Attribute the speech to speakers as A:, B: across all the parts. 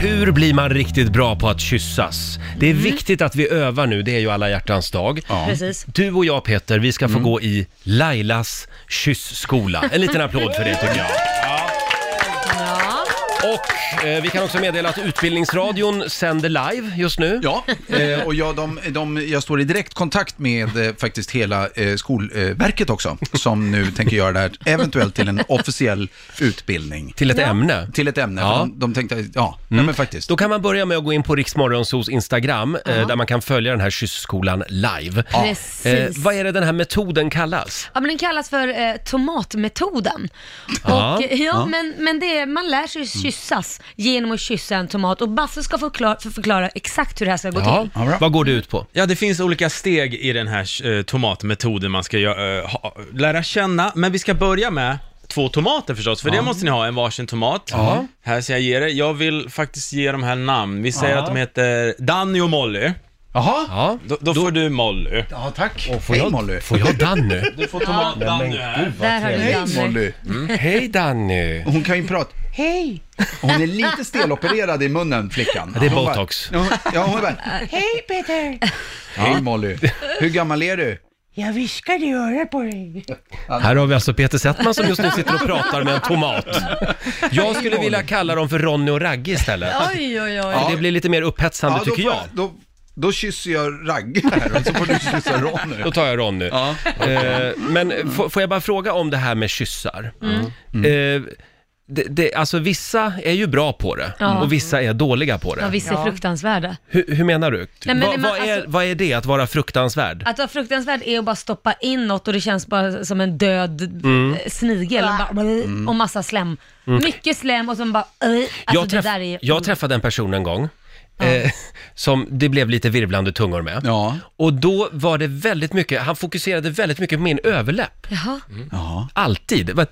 A: Hur blir man riktigt bra på att kyssas? Det är
B: Mm.
A: viktigt att vi övar nu, det är ju alla hjärtans dag.
B: Precis. Mm.
A: Du och jag Peter, vi ska få gå i Lailas kyssskola. En liten applåd för det tycker jag.
B: Ja.
A: Och eh, vi kan också meddela att Utbildningsradion sänder live just nu.
C: Ja, eh, och jag, de, de, jag står i direkt kontakt med eh, faktiskt hela eh, Skolverket också, som nu tänker göra det här, eventuellt till en officiell utbildning.
A: Till ett ämne.
C: Till ett ämne,
A: Ja. Mm.
C: ja. de, de tänkte, ja, nej, men faktiskt.
A: Då kan man börja med att gå in på Riksmorgonsos Instagram eh, där man kan följa den här kyssskolan live.
B: Precis.
A: Eh, vad är det den här metoden kallas?
B: Ja, men den kallas för eh, tomatmetoden.
A: Ja. Mm.
B: Och, eh, ja, Men, men det är, man lär sig kyssas genom att kyssa en tomat och Basse ska förklara, för förklara exakt hur det här ska gå
A: Ja,
B: till.
C: Ja, bra.
A: vad går det ut på?
D: Ja, det finns olika steg i den här eh, tomatmetoden man ska gö- eh, ha, lära känna, men vi ska börja med två tomater förstås, för det måste ni ha, en varsin tomat. Här ska jag ge er, jag vill faktiskt ge dem här namn. Vi säger
A: Ja.
D: att de heter Danny och Molly.
C: Jaha,
A: Ja.
D: Då, då får du Molly.
C: ja, tack.
A: Får
C: Hej
A: jag,
C: Molly.
A: Får jag Danny?
D: Du får tomat Danny här.
B: Där har du
C: Hej
B: Janne.
C: Molly.
A: Hej Danny!
C: Hon kan ju prata, hej. Hon är lite stelopererad i munnen, flickan.
A: det är
C: Hon bara-
A: botox.
C: Ja, hon- Ja, hon är bara, hej Peter. Hej Molly. Hur gammal är du?
E: Jag viskade i örat på dig.
A: Här har vi alltså Peter Settman som just nu sitter och pratar med en tomat. Jag skulle vilja kalla dem för Ronny och Ragge istället.
B: Oj, oj, oj.
A: Det blir lite mer upphetsande
C: då,
A: tycker
C: får
A: jag.
C: jag- då, då kysser jag Ragge här och så får du kyssa Ronny.
A: Då tar jag Ronny.
C: Ja.
A: Eh, men f- får jag bara fråga om det här med kyssar?
B: Mm.
A: Eh, det, det, alltså vissa är ju bra på det
B: Ja.
A: och vissa är dåliga på det.
B: Ja, visst är
E: Ja.
B: fruktansvärda.
A: Hur, hur menar du?
B: men
A: Va,
B: det- men
A: vad, är,
B: alltså-
A: vad är det att vara fruktansvärd?
B: Att vara fruktansvärd är att bara stoppa in något och det känns bara som en död
A: Mm.
B: eh, snigel och, bara, och massa slem. Mycket slem och sen bara... eh, Alltså
A: jag,
B: det där är...
A: jag träffade en person en gång eh, som det blev lite virvlande tungor med.
C: Ja.
A: Och då var det väldigt mycket, han fokuserade väldigt mycket på min överläpp.
B: Jaha.
C: ja.
A: Alltid. Det var-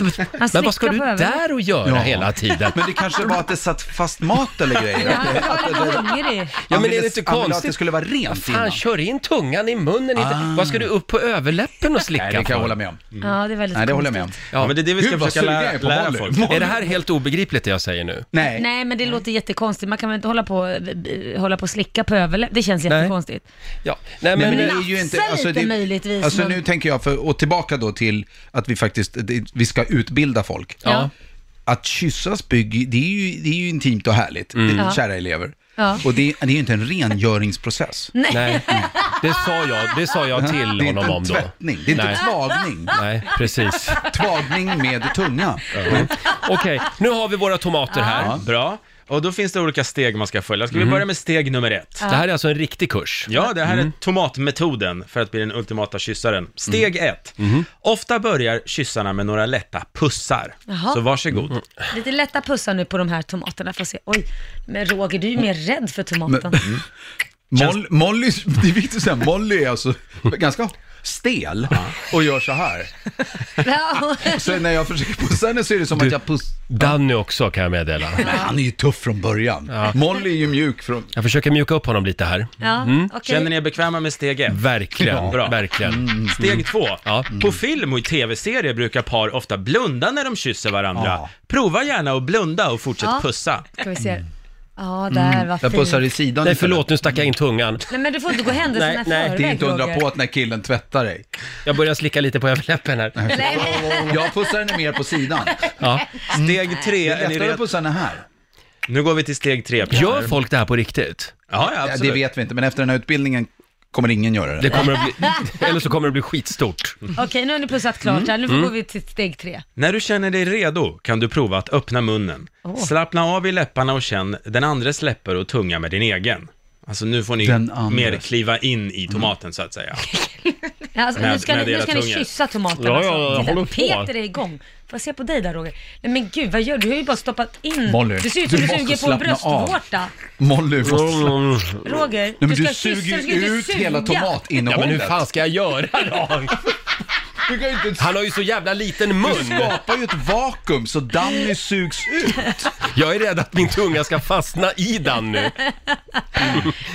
B: Han
A: Men vad ska
B: slickar
A: du
B: på överläppen.
A: där och göra
C: Ja.
A: hela tiden?
C: Men det kanske var att det satt fast mat eller grejer. Att det-
B: Han
C: att det-
B: var lite hungrig.
A: Ja,
C: han
A: men är
C: ville-
A: det inte
C: han ville att det
A: konstigt?
C: skulle vara rent innan. Ah.
A: Fan, kör in tungan i munnen inte. Vad ska du upp på överläppen och slicka
C: Nej, det kan jag
A: för?
C: hålla med om.
A: Mm.
B: Ja, det är väldigt
C: Nej, det håller
B: konstigt.
C: jag med om.
D: Ja, men det är det vi ska
C: Gud, vad
D: försöka
C: sugen jag
D: lära,
C: är på
D: lära
C: Molly.
D: folk.
A: Är det här helt obegripligt det jag säger nu?
C: Nej.
B: Nej, men det låter jättekonstigt. Man kan väl inte hålla på, eh, hålla på och slicka på överläppen? Det känns jättekonstigt.
A: Ja. Nej, men,
C: Nej, men
B: men
C: det är ju inte,
B: lafsa
C: alltså,
B: lite
C: det,
B: möjligtvis,
C: Alltså
B: men-
C: nu tänker jag, för, och tillbaka då till att vi faktiskt, det, vi ska utbilda folk.
B: Ja.
C: Att kyssas bygger, det är ju, det är ju intimt och härligt,
A: Mm.
C: det, kära elever.
B: Ja.
C: Och det, det är ju inte en rengöringsprocess. Nej,
A: nej. Det sa jag, det sa jag till
C: det är inte
A: honom
C: en
A: om då.
C: tvättning, det är inte
A: Nej.
C: tvagning.
A: Nej, precis.
C: Tvagning med tunga.
A: Okej, nu har vi våra tomater här.
D: Bra. Och då finns det olika steg man ska följa.
C: Mhm.
D: Ska vi börja med steg nummer ett?
A: Det här är alltså en riktig kurs.
D: Ja, det här är
C: Mm.
D: tomatmetoden för att bli den ultimata kyssaren. Steg ett.
C: Mm-hmm.
D: Ofta börjar kyssarna med några lätta pussar.
B: Jaha.
D: Så varsågod.
C: Mm.
B: Lite lätta pussar nu på de här tomaterna. Får se. Oj, men Roger, du är ju mer rädd för tomaten.
C: Moll, Molly, det är viktigt att säga, Molly är alltså ganska stel och gör så här.
B: Ja,
C: Så när jag försöker pussa henne så är det som att jag puss...
A: Danny också kan jag meddela.
C: Men han är ju tuff från början. Molly är ju mjuk från...
A: Jag försöker mjuka upp honom lite här.
B: ja
C: Mm.
B: okej.
D: Känner ni er bekväma med steg ett?
A: Verkligen,
D: Ja, bra. Mm.
A: verkligen.
D: Steg två.
A: Ja.
D: På film och i tv-serier brukar par ofta blunda när de kysser varandra.
C: Ja.
D: Prova gärna att blunda och fortsätt
B: Ja.
D: pussa.
B: Ska vi se. Ja, där, vad
C: Mm. Jag pussar
B: fint.
C: i sidan.
A: Nej, förlåt, nu stack jag in tungan.
B: Nej, men du får inte gå händelserna
A: Nej,
B: i
A: nej, det är
B: förväg,
C: Det är inte undra
B: Roger.
C: på att när killen tvättar dig.
A: Jag börjar slicka lite på överläppen här.
B: Nej, men-
C: Jag pussar henne mer på sidan.
A: Ja.
B: Mm.
D: Steg tre.
C: Det
D: Är
C: är
D: ni
C: lättare att
D: redo?
C: pussa henne här.
D: Nu går vi till steg tre. Peter.
A: Gör folk det här på riktigt?
D: Ja, ja,
C: Ja,
D: absolut.
C: det vet vi inte, men efter den här utbildningen kommer ingen göra
A: Det
C: det.
A: kommer att bli, eller så kommer det bli skitstort.
B: Okej, nu har ni pussat klart här.
C: Mm.
B: Nu går vi till steg tre.
D: När du känner dig redo kan du prova att öppna munnen. Slappna av i läpparna och känn den andres läppar och tunga med din egen. Alltså nu får ni
C: Den andres.
D: mer kliva in
A: Mm.
D: i tomaten så att säga.
B: Ja, Alltså, nu
D: Med-
B: ska,
D: med
B: ni, nu
D: era
B: ska ni
D: tungor.
B: kyssa tomaterna.
A: Ja, ja,
B: alltså.
A: jag
B: Titta,
A: håller på.
B: Peter är igång. Får jag se på dig där Roger? Nej men gud, vad gör du? Du har ju bara stoppat in.
C: Molly,
B: du ser ut som
C: du
B: du,
C: måste
B: suger på en
C: slappna av.
B: bröstvårta.
C: Molly måste...
B: Roger,
C: Mm. Nej, men du,
B: ska kyssa,
C: suger
B: du ska
C: ju
B: inte
C: ut
B: suga.
C: hela
A: Ja, men hur
C: tomatinnehållet.
A: fan ska jag göra då?
C: du kan ju inte...
A: Han har ju så jävla liten
C: Du
A: mun.
C: skapar ju ett vakuum så Danny sugs ut.
A: Jag är rädd att min tunga ska fastna i Danny.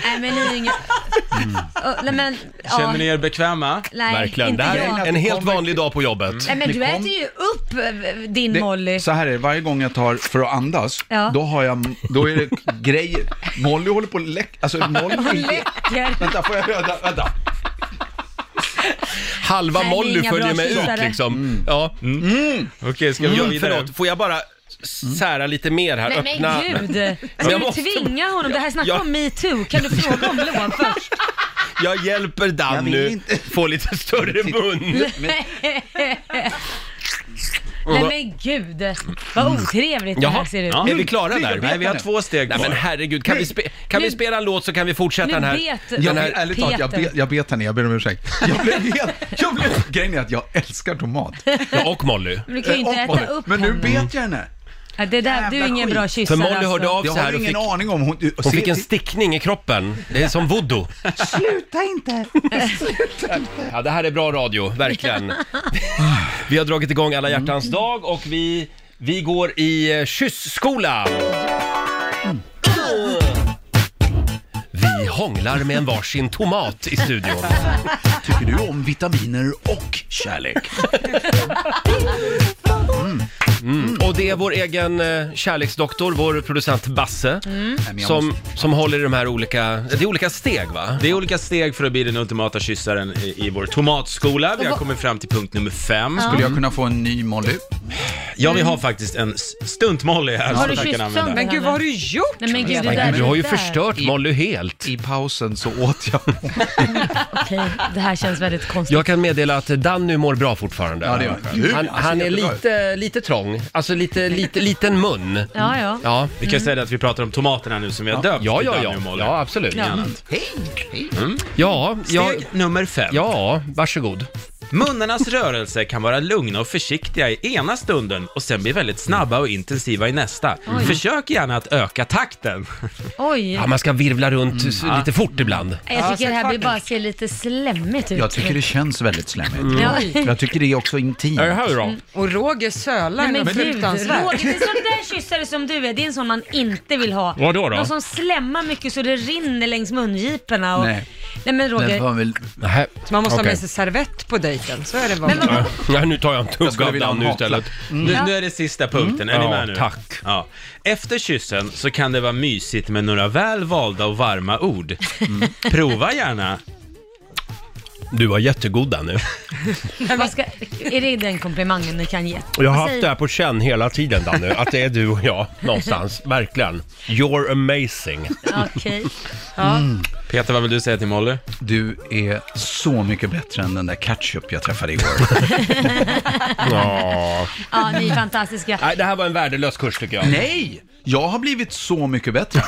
B: Nej men ni är inga...
C: Mm.
B: Ö, nej men, ja,
D: Känner ni er bekvämna?
B: nej,
A: Verkligen.
B: inte
A: Det här
B: jag. Mm.
A: är en helt vanlig dag på jobbet.
B: Nej men du
C: Ni kom-
B: äter ju upp eh, din Molly.
C: Det, så här är det, varje gång jag tar för att andas,
B: Ja.
C: då har jag, då är det grejer. Molly håller på att läcka, alltså Molly...
B: Hon läcker.
C: Vänta, får jag röda? Vänta.
A: Halva
B: Nej, det är
A: Molly
B: inga bra
A: följer med
B: kyssare.
A: ut liksom. Ja.
D: Okej, ska vi gå
A: Jo,
D: vidare?
A: Mm, förlåt, får jag bara sära lite mer här?
B: Nej
A: Öppna...
B: men gud!
A: Men
B: Ska
A: jag
B: du
A: måste-
B: tvinga honom? Det här snackar
A: Ja.
B: om metoo. Kan du fråga om lov först?
A: Jag hjälper
C: Jag
A: Dan
C: vill
A: nu
C: inte.
A: få lite större mun.
B: Nej men gud! Vad otrevligt det här
A: Mm. Jaha.
B: ser ut.
D: Ja.
A: Är vi klara
C: Det är
A: där?
C: jobbigt.
D: Nej, vi har två steg
A: Nej men
D: kvar.
A: herregud, kan, vi, spe- kan vi spela en låt så kan vi fortsätta
B: Nu
A: den här...
B: vet-
A: Den
C: Jag,
A: här...
C: ärligt talat, jag,
B: Peter.
C: bet- jag bet henne, jag ber om ursäkt. Jag blev helt, jag blev, grejen är att jag älskar tomat.
A: Ja, och Molly.
B: Men du kan ju inte
C: Och
B: äta
C: Molly.
B: upp
C: Men nu
B: honom.
C: bet jag henne.
B: Ja, det där, du är
C: Jävla
B: ingen
C: skit.
B: bra kyssare
A: För Molly hörde
B: alltså-
A: av
C: Jag
A: sig Mm.
C: har
A: här och
C: ingen
A: fick,
C: aning om hon...
A: hon fick en
C: se-
A: stickning i kroppen. Det är som voodoo.
E: Sluta inte!
A: Ja, det här är bra radio, verkligen. Vi har dragit igång alla hjärtans
C: Mm.
A: dag och vi, vi går i eh, kyssskola. Vi hånglar med en varsin tomat i studion.
C: Tycker du om vitaminer och kärlek? Mm.
A: Och det är vår egen eh, kärleksdoktor, vår producent Basse,
C: Nej, men Mm, jag
A: som,
C: måste-
A: som håller i de här olika, det är olika steg va?
D: Det är olika steg för att bli den ultimata kyssaren i, i vår tomatskola. Vi har kommit fram till punkt nummer fem.
C: Skulle jag kunna få en ny Molly?
D: Ja, vi har faktiskt en s- stunt-Molly
B: Har
D: här som
B: du
D: vi
B: kysst
D: kan använda.
B: sönder
F: Men gud, vad har du gjort?
B: Nej men gud, det
A: Men
B: där
A: gud, du har ju
B: det där.
A: förstört Molly helt.
C: I pausen så åt jag.
B: Okej, det här känns väldigt konstigt.
A: Jag kan meddela att Dan nu mår bra fortfarande.
C: Ja, det gör han. Gud,
A: han,
C: han ser
A: han är
C: jättebra
A: lite, lite trång, alltså lite, lite liten mun.
B: Ja, ja.
A: Ja,
D: Vi kan säga det att vi pratar om tomaterna nu som vi har döpt
A: ja,
D: till
A: ja,
D: Danny
A: ja.
D: och Molly.
A: ja absolut.
B: Ja.
A: Ja, ja,
D: Steg nummer fem.
A: ja, varsågod.
D: Munnarnas rörelser kan vara lugna och försiktiga i ena stunden och sen bli väldigt snabba och intensiva i nästa. Försök gärna att öka takten.
B: Oj,
A: Ja, man ska virvla runt s- lite fort ibland.
B: jag tycker det här blir bara ser lite slemmigt ut.
C: Jag tycker det känns väldigt slemmigt.
B: Mm. Ja.
C: Jag tycker det är också intimt.
A: här då?
F: Och Roger sölar
B: Nej men
F: något
B: gud, Roger,
F: fruktansvärt.
B: det är en sån där kyssare som du är, det är en sån man inte vill ha.
A: Vadå då?
B: Någon som slämmar mycket så det rinner längs mungiporna och...
C: Nej.
B: Nej men
C: Den
B: Roger,
C: var väl...
A: Nähä.
F: Så man måste
A: Okej.
F: ha med sig servett på dejten, så är det
B: men
F: vanligt.
B: vad,
A: Ja, nu tar jag en tugga
C: skulle
A: av
C: vilja ha
A: Dan
C: en
A: nu
C: haklapp.
A: istället.
D: Nu, nu är det sista punkten, är ni
A: Mm. Ja,
D: med nu?
A: tack.
D: Ja. Efter kyssen så kan det vara mysigt med några väl valda och varma ord. Prova gärna.
A: Du var jättegod Dan nu.
B: vad ska, är det den komplimangen ni kan ge?
A: Jag har
B: Vad
A: haft
B: säger-
A: det här på känn hela tiden Dan nu, att det är du och jag någonstans. Verkligen. You're amazing.
B: Okej.
D: Peter, vad vill du säga till Molly?
C: Du är så mycket bättre än den där ketchup jag träffade igår.
A: Ja.
B: Ja, ni är fantastiska.
A: Nej, det här var en värdelös kurs tycker jag.
C: Nej! Jag har blivit så mycket bättre.